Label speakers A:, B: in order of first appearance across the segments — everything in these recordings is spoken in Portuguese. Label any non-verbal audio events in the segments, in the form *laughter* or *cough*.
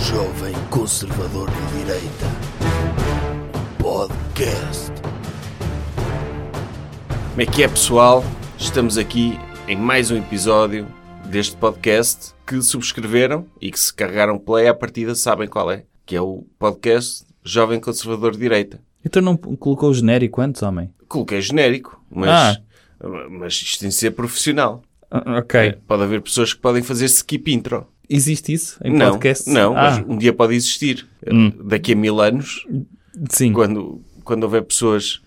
A: Jovem Conservador de Direita. Podcast.
B: Como é que é, pessoal? Estamos aqui em mais um episódio deste podcast que subscreveram e que se carregaram play à partida, sabem qual é? Que é o podcast Jovem Conservador de Direita.
C: Então não p- colocou o genérico antes, homem?
B: Coloquei genérico, mas,
C: Ah.
B: mas isto tem de ser profissional.
C: ok.
B: Pode haver pessoas que podem fazer skip intro.
C: Existe isso em
B: não,
C: podcast?
B: não
C: ah, Hum.
B: mas um dia pode existir. Daqui a mil anos,
C: Ah, Sim.
B: *laughs* quando, quando houver pessoas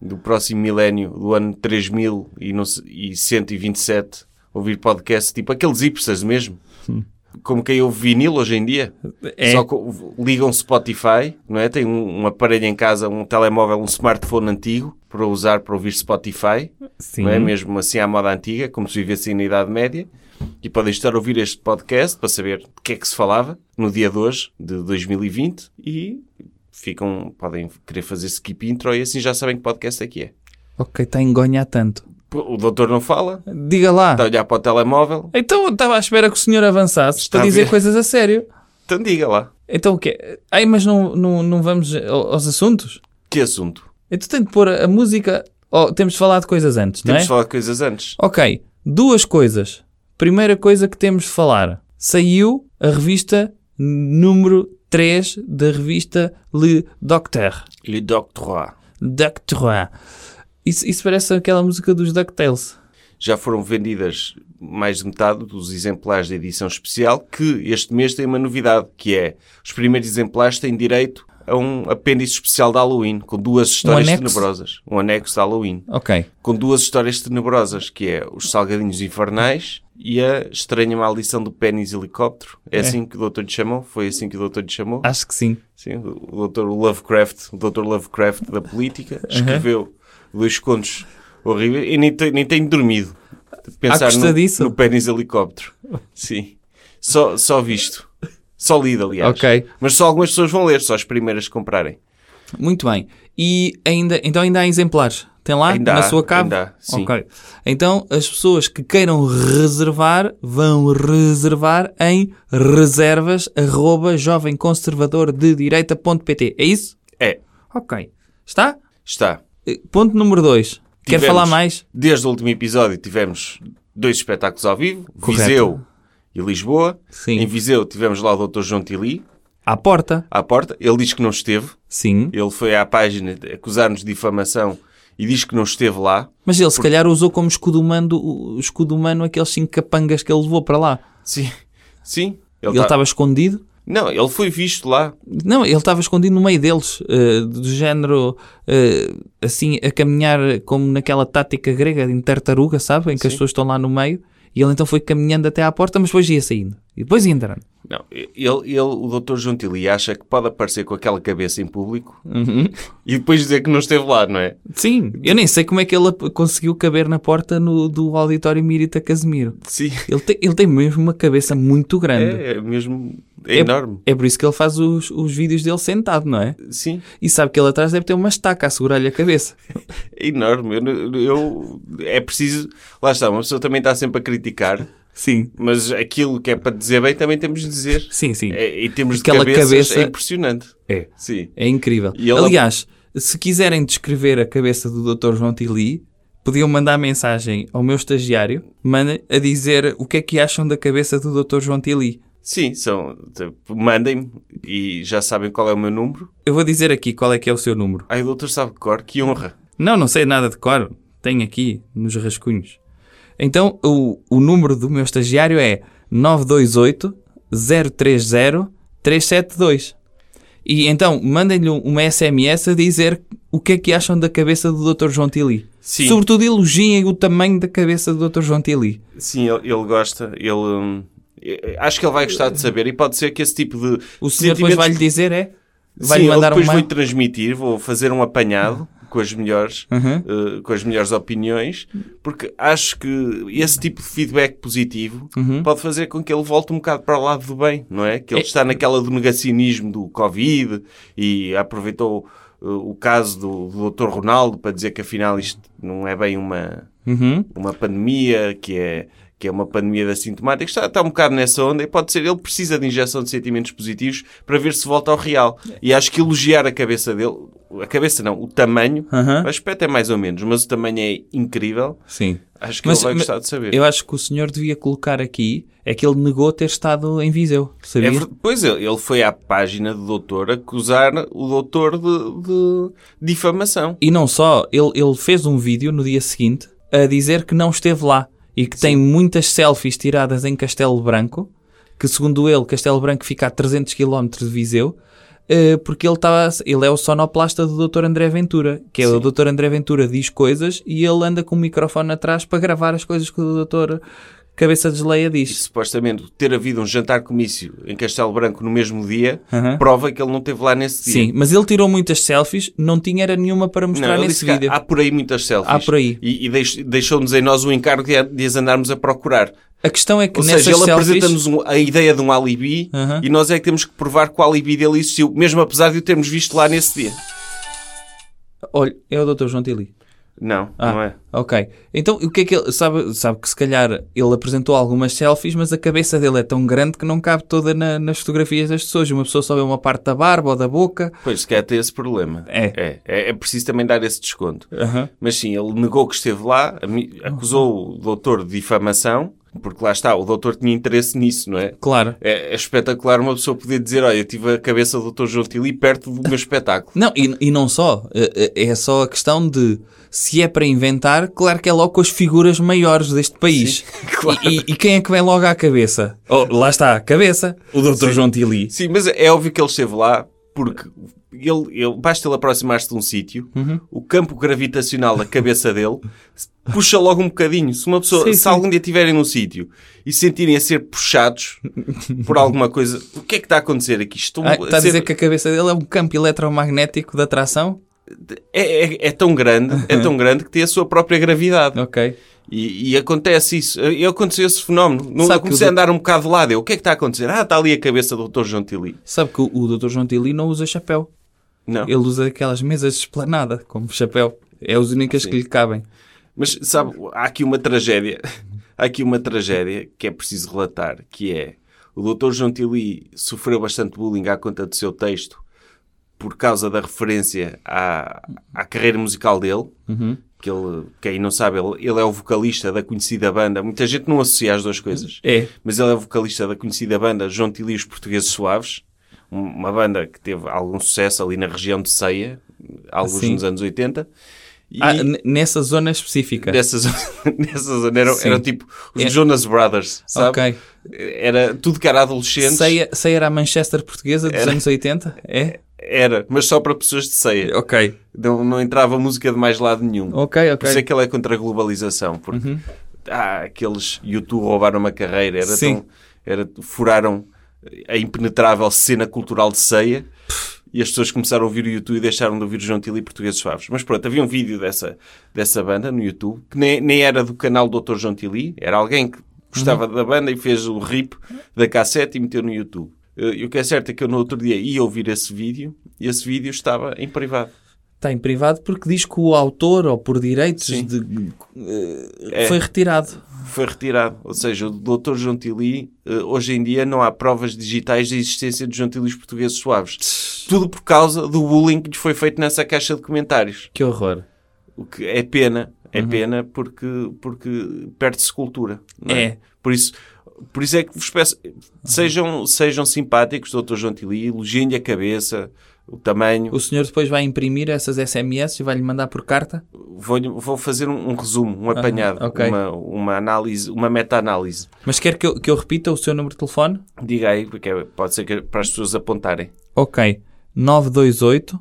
B: do próximo milénio, do ano 3000 e, não se- e 127, ouvir podcast, tipo aqueles hipsters mesmo, como quem ouve vinil hoje em dia,
C: Hum. É.
B: só co- ligam Spotify, não é? Tem um, um aparelho em casa, um telemóvel, um smartphone antigo para usar para ouvir Spotify,
C: Sim.
B: não é? Mesmo assim à moda antiga, como se vivesse na Idade Média. E podem estar a ouvir este podcast para saber de que é que se falava no dia de hoje, de 2020, e ficam, podem querer fazer skip intro e assim já sabem que podcast é que é.
C: Ok, está a engonhar tanto.
B: Pô, O doutor não fala,
C: Diga lá.
B: está a olhar para o telemóvel,
C: Então eu estava à espera que o senhor avançasse
B: Está a
C: para dizer
B: ver.
C: coisas a sério.
B: então diga lá,
C: Então o quê? Ai, mas não, não, não vamos ao- aos assuntos?
B: que assunto?
C: Então tem de pôr a, a música... Oh, temos de falar de coisas antes, não
B: Temos
C: é?
B: de falar de coisas antes.
C: Ok, duas coisas. Primeira coisa que temos de falar. Saiu a revista número 3 da revista Le Docteur.
B: Le Doctorat.
C: Docteur. Isso, isso parece aquela música dos DuckTales.
B: Já foram vendidas mais de metade dos exemplares da edição especial, que este mês tem uma novidade, que é os primeiros exemplares têm direito a um apêndice especial de Halloween, com duas histórias
C: anexo?
B: tenebrosas. Um anexo de Halloween.
C: Ok.
B: Com duas histórias tenebrosas, que é os Salgadinhos Infernais e a Estranha Maldição do Pênis Helicóptero. É, assim que o doutor lhe chamou? Foi assim que o doutor lhe chamou?
C: Acho que sim.
B: Sim, o doutor Lovecraft, o doutor Lovecraft da política, escreveu dois contos horríveis e nem, te- nem tenho dormido. De
C: À custa
B: no,
C: disso?
B: no pênis helicóptero. Sim. Só, só visto. Só lido, aliás.
C: Ok.
B: Mas só algumas pessoas vão ler, só as primeiras que comprarem.
C: Muito bem. E ainda, então ainda há exemplares. Tem lá
B: Ainda
C: na
B: há,
C: sua cave?
B: ainda há, sim.
C: Ok. Então as pessoas que queiram reservar vão reservar em reservas arroba jovemconservadordedireita.pt. É isso?
B: É,
C: Ok. Está?
B: está.
C: Eh, Ponto número 2. Quer
B: Tivemos-
C: falar mais?
B: Desde o último episódio tivemos dois espetáculos ao vivo,
C: Correto.
B: Viseu e Lisboa.
C: Sim.
B: Em Viseu tivemos lá o Dr. João Tili
C: À porta?
B: à porta. Ele diz que não esteve.
C: Sim.
B: Ele foi à página de- acusar-nos de difamação e diz que não esteve lá.
C: Mas ele se calhar usou como escudo humano, o escudo humano aqueles cinco capangas que ele levou para lá.
B: Sim. Sim.
C: Ele
B: tá-
C: estava escondido.
B: Não, ele foi visto lá.
C: Não, ele estava escondido no meio deles, eh, do género eh, assim, a caminhar como naquela tática grega em tartaruga, sabe? Em que as pessoas estão lá no meio. E ele então foi caminhando até à porta, mas depois ia saindo. E depois é? ia entrando.
B: Não, ele, ele, o doutor Juntili acha que pode aparecer com aquela cabeça em público
C: Uhum.
B: e depois dizer que não esteve lá, não é?
C: Sim, eu nem sei como é que ele ap- conseguiu caber na porta no- do auditório Mirita Casemiro.
B: Sim.
C: Ele tem, ele tem mesmo uma cabeça muito grande.
B: É, é mesmo. É, enorme.
C: É por isso que ele faz os, os vídeos dele sentado, não é?
B: Sim.
C: E sabe que ele atrás deve ter uma estaca a segurar-lhe a cabeça.
B: É enorme. Eu, não- eu- é preciso. Lá está, uma pessoa também está sempre a criticar,
C: Sim.
B: mas aquilo que é para dizer bem também temos de dizer.
C: Sim, sim. É,
B: É, em termos
C: Aquela
B: de cabeças,
C: cabeça-
B: é impressionante.
C: É.
B: Sim.
C: incrível.
B: E ele-
C: Aliás, se quiserem descrever a cabeça do Dr. João Tili, podiam mandar mensagem ao meu estagiário manda, a dizer o que é que acham da cabeça do Dr. João Tili.
B: Sim, são. t- Mandem-me e já sabem qual é o meu número.
C: Eu vou dizer aqui qual é que é o seu número.
B: Ai, o doutor sabe de cor, que honra.
C: Não, não sei nada de cor. Tenho aqui nos rascunhos. Então, o, o número do meu estagiário é 928-030-372. E então, mandem-lhe uma SMS a dizer o que é que acham da cabeça do Dr. João Tili.
B: Sim.
C: Sobretudo, elogiem o tamanho da cabeça do Dr. João Tili.
B: Sim, ele, ele gosta, ele. hum, eh, Acho que ele vai gostar de saber e pode ser que esse tipo de.
C: O senhor
B: sentimentos-
C: depois vai-lhe dizer, é?
B: Sim,
C: Vai-lhe
B: eu
C: mandar um
B: depois
C: mail?
B: vou transmitir, vou fazer um apanhado com as melhores,
C: Uhum.
B: eh, com as melhores opiniões, porque acho que esse tipo de feedback positivo
C: Uhum.
B: pode fazer com que ele volte um bocado para o lado do bem, não é? Que ele está naquela do negacionismo do Covid e aproveitou eh, o caso do, do Dr. Ronaldo para dizer que afinal isto não é bem uma
C: Uhum.
B: uma pandemia que é que é uma pandemia de assintomáticos, está, está um bocado nessa onda e pode ser, ele precisa de injeção de sentimentos positivos para ver se volta ao real. E acho que elogiar a cabeça dele, a cabeça não, o tamanho,
C: Aham.
B: o aspecto é mais ou menos, mas o tamanho é incrível.
C: Sim.
B: Acho que ele vai gostar de saber.
C: Eu acho que o senhor devia colocar aqui é que ele negou ter estado em Viseu, sabia?
B: É ver- pois ele, ele foi à página do doutor acusar o doutor de, de difamação.
C: E não só, ele, ele fez um vídeo no dia seguinte a dizer que não esteve lá e que tem muitas selfies tiradas em Castelo Branco, que segundo ele, Castelo Branco fica a 300 km de Viseu, eh, porque ele, estava, ele é o sonoplasta do Dr. André Ventura, que é o Dr. André Ventura diz coisas e ele anda com o microfone atrás para gravar as coisas que o Dr. Cabeça de Leia
B: E
C: diz.
B: supostamente ter havido um jantar comício em Castelo Branco no mesmo dia
C: Aham.
B: prova que ele não esteve lá nesse dia.
C: Sim, mas ele tirou muitas selfies, não tinha era nenhuma para
B: Não,
C: mostrar
B: ele
C: nesse
B: disse que
C: vídeo.
B: Há, há por aí muitas selfies.
C: Há por aí.
B: E, e deix- deixou-nos em nós o encargo de, a- de as andarmos a procurar.
C: A questão é que
B: Ou
C: nessas
B: seja, ele
C: selfies...
B: apresenta-nos um- a ideia de um alibi
C: Aham.
B: e nós é que temos que provar que o alibi dele existiu, mesmo apesar de o termos visto lá nesse dia.
C: Olha, é o Dr. João Tili.
B: Não,
C: Ah,
B: não é.
C: ok. Então, o que é que ele... Sabe, sabe que se calhar ele apresentou algumas selfies, mas a cabeça dele é tão grande que não cabe toda na- nas fotografias das pessoas. Uma pessoa só vê uma parte da barba ou da boca.
B: Pois, se calhar tem esse problema.
C: É.
B: É, é, é preciso também dar esse desconto. Mas sim, ele negou que esteve lá, ami- acusou o doutor de difamação, porque lá está, o doutor tinha interesse nisso, não é?
C: Claro.
B: É, é espetacular uma pessoa poder dizer, olha, eu tive a cabeça do doutor João Tili perto do meu *laughs* espetáculo.
C: Não, e, e não só. Eh, eh, É só a questão de se é para inventar, claro que é logo com as figuras maiores deste país. *laughs* e, e- e quem é que vem logo à cabeça? Oh, lá está, a cabeça. O Dr. João Tili.
B: Sim, mas é óbvio que ele esteve lá porque ele, ele- basta ele aproximar-se de um sítio,
C: Uhum.
B: o campo gravitacional da cabeça
C: *laughs*
B: dele se- puxa logo um bocadinho. Se uma pessoa,
C: Sim,
B: se
C: sim.
B: algum dia estiverem num sítio e se sentirem a ser puxados por alguma coisa, o que é que está a acontecer aqui? Estão
C: Ah, está a
B: ser-
C: dizer que a cabeça dele é um campo eletromagnético de atração?
B: é, é- é tão grande, é tão grande que tem a sua própria gravidade.
C: Uhum. Ok.
B: E, e acontece isso. E aconteceu esse fenómeno. Não, eu
C: Sabe que
B: comecei
C: o
B: a andar um bocado de lado. Eu, o que é que está a acontecer? Ah, está ali a cabeça do Dr. João Tili.
C: Sabe que o, o Dr. João Tili não usa chapéu.
B: Não.
C: Ele usa aquelas mesas de esplanada como chapéu. É as únicas
B: Ah,
C: que lhe cabem.
B: Mas sabe, há aqui uma tragédia. *laughs* Há aqui uma tragédia que é preciso relatar, que é o Dr. João Tili sofreu bastante bullying à conta do seu texto por causa da referência à, à carreira musical dele.
C: Uhum.
B: Que ele, quem não sabe, ele, ele é o vocalista da conhecida banda. Muita gente não associa as duas coisas.
C: É.
B: Mas ele é vocalista da conhecida banda João Tili e os Portugueses Suaves, um- uma banda que teve algum sucesso ali na região de Ceia, alguns
C: Sim.
B: nos anos 80. E
C: Ah, n- nessa zona específica.
B: nessa *laughs* zona, nessa zona eram,
C: Sim.
B: eram tipo os
C: É.
B: Jonas Brothers, sabe?
C: Ok.
B: Era tudo que era adolescentes,
C: Ceia, ceia era a Manchester portuguesa dos anos 80? É?
B: era, mas só para pessoas de Ceia.
C: Ok.
B: Não, não entrava música de mais lado nenhum.
C: Ok, Uhum.
B: Por isso é
C: ok.
B: que ele é contra a globalização, porque ah, aqueles YouTube roubaram uma carreira, era
C: Sim.
B: tão, era, furaram a impenetrável cena cultural de ceia e as pessoas começaram a ouvir o YouTube e deixaram de ouvir o João Tili e Portugueses Favos. Mas pronto, havia um vídeo dessa, dessa banda no YouTube, que nem, nem era do canal do Dr. João Tili, era alguém que
C: Uhum.
B: gostava da banda e fez o rip da cassete e meteu no YouTube. Eh, E o que é certo é que eu no outro dia ia ouvir esse vídeo e esse vídeo estava em privado.
C: Está em privado porque diz que o autor, ou por direitos,
B: Sim. É.
C: de- eh, foi retirado.
B: foi retirado. Ou seja, o Dr. João Tili, eh, hoje em dia não há provas digitais da existência de João Tili e os portugueses suaves. Tudo por causa do bullying que lhes foi feito nessa caixa de comentários.
C: Que horror.
B: O que é pena. É
C: Uhum.
B: pena porque, porque perde-se cultura. não é?
C: É.
B: Por isso... Por isso é que vos peço, sejam, sejam simpáticos, Dr. João Tili, elogiem-lhe a cabeça, o tamanho.
C: O senhor depois vai imprimir essas SMS e vai-lhe mandar por carta?
B: Vou, vou fazer um, um resumo, um apanhado,
C: ok.
B: uma, uma análise, uma meta-análise.
C: Mas quer que eu, que eu repita o seu número de telefone?
B: Diga aí, porque é- pode ser que para as pessoas apontarem.
C: Ok. 928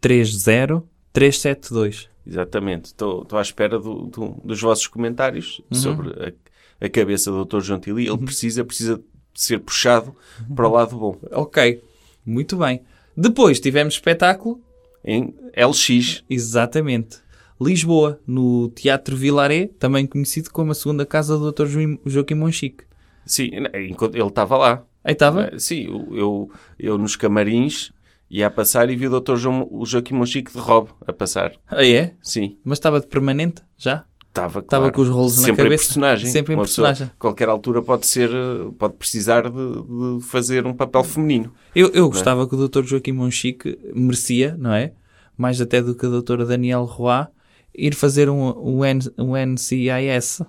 C: 030 372.
B: Exatamente. Estou estou à espera do- do- dos vossos comentários
C: Uhum.
B: sobre a, a cabeça do Dr. João Tili. Ele precisa, precisa ser puxado para o lado bom.
C: Ok. Muito bem. Depois tivemos espetáculo.
B: Em LX,
C: Exatamente. Lisboa, no Teatro Vilaré, também conhecido como a segunda casa do Dr. Joim- Joaquim Monchique.
B: sim, enquanto- ele estava lá.
C: Aí estava?
B: Eh, Sim, eu, eu, eu nos camarins ia a passar e vi o Dr. João, o Joaquim Monchique de Rob a passar.
C: Aí é?
B: Sim,
C: Mas estava de permanente, já?
B: Estava,
C: Estava
B: claro.
C: com os rolos na
B: Sempre
C: cabeça.
B: Em personagem.
C: Sempre em
B: Uma pessoa,
C: personagem.
B: a qualquer altura pode ser, eh, pode precisar de, de fazer um papel feminino.
C: Eu, eu gostava que o Dr. Joaquim Monchique merecia, não é? Mais até do que o Dr. Daniel Roy ir fazer um, um, N, um NCIS.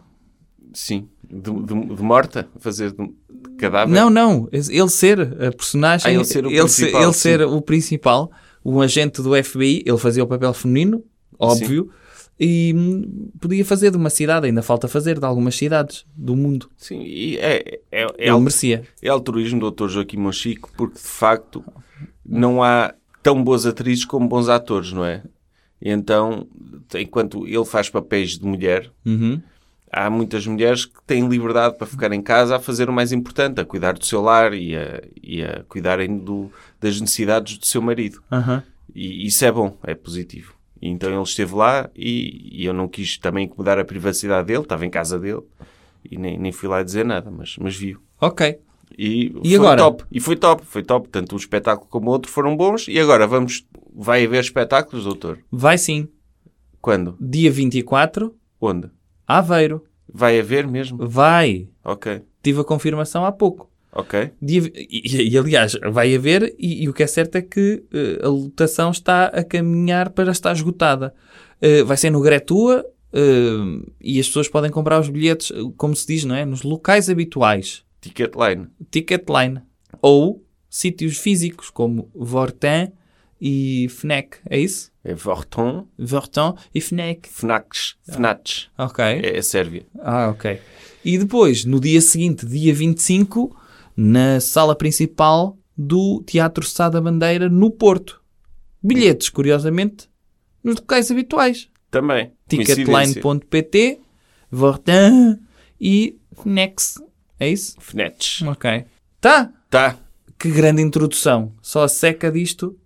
B: Sim. De, de- de morta? Fazer de, de cadáver?
C: Não, não. Ele ser a personagem.
B: Tá Ah, ele ser o
C: ele ser-
B: principal,
C: ele
B: sim.
C: ser o principal, o agente do FBI. Ele fazia o papel feminino, óbvio. E hum, podia fazer de uma cidade, ainda falta fazer, de algumas cidades do mundo.
B: Sim. E é, é, é,
C: Ele merecia.
B: é altruísmo do Dr. Joaquim Monchique porque, de facto, não há tão boas atrizes como bons atores, não é? E Então, enquanto ele faz papéis de mulher,
C: Uhum.
B: há muitas mulheres que têm liberdade para ficar em casa a fazer o mais importante, a cuidar do seu lar e a, e a cuidarem do, das necessidades do seu marido.
C: Aham.
B: E isso é bom, é positivo. E Então ele esteve lá e, e eu não quis também incomodar a privacidade dele, estava em casa dele e nem, nem fui lá dizer nada, mas, mas viu.
C: Ok.
B: E,
C: E
B: foi
C: agora?
B: top, e foi top, foi top. Tanto um espetáculo como o outro foram bons. E agora vamos, vai haver espetáculos, doutor?
C: Vai sim.
B: Quando?
C: Dia 24,
B: Onde?
C: Aveiro.
B: Vai haver mesmo?
C: Vai.
B: Ok,
C: Tive a confirmação há pouco.
B: ok.
C: Dia- e, e, aliás, vai haver, e, e o que é certo é que eh, a lotação está a caminhar para estar esgotada. Eh, vai ser no Gretua eh, e as pessoas podem comprar os bilhetes, eh, como se diz, não é? Nos locais habituais,
B: Ticketline.
C: Ticketline, ou sítios físicos como Vortin e Fnac, é isso?
B: É Vorton,
C: Vortin e Fnac.
B: Fnacs, Fnats.
C: Ok.
B: É, é Sérvia.
C: Ah, ok. E depois, no dia seguinte, dia 25, na sala principal do Teatro Sá da Bandeira, no Porto. Bilhetes, curiosamente, nos locais habituais.
B: Também. Coincidência.
C: Ticketline.pt, Vortin e Nex. É isso?
B: Fnets.
C: Ok. Tá!
B: Tá.
C: Que grande introdução. Só a seca disto.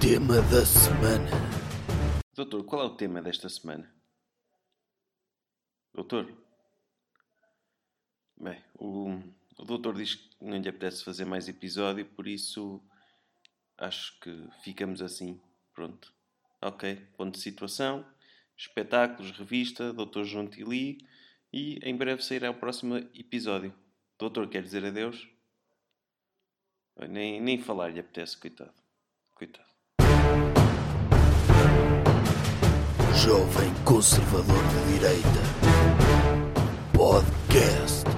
A: Tema da semana.
B: Doutor, qual é o tema desta semana? Doutor? Bem, o, o doutor diz que não lhe apetece fazer mais episódio, por isso acho que ficamos assim. Pronto. Ok, ponto de situação, espetáculos, revista, doutor João Tili e em breve sairá o próximo episódio. Doutor, quer dizer adeus? Bem, Nem, nem falar lhe apetece, coitado. Coitado.
A: Jovem Conservador de Direita. Podcast.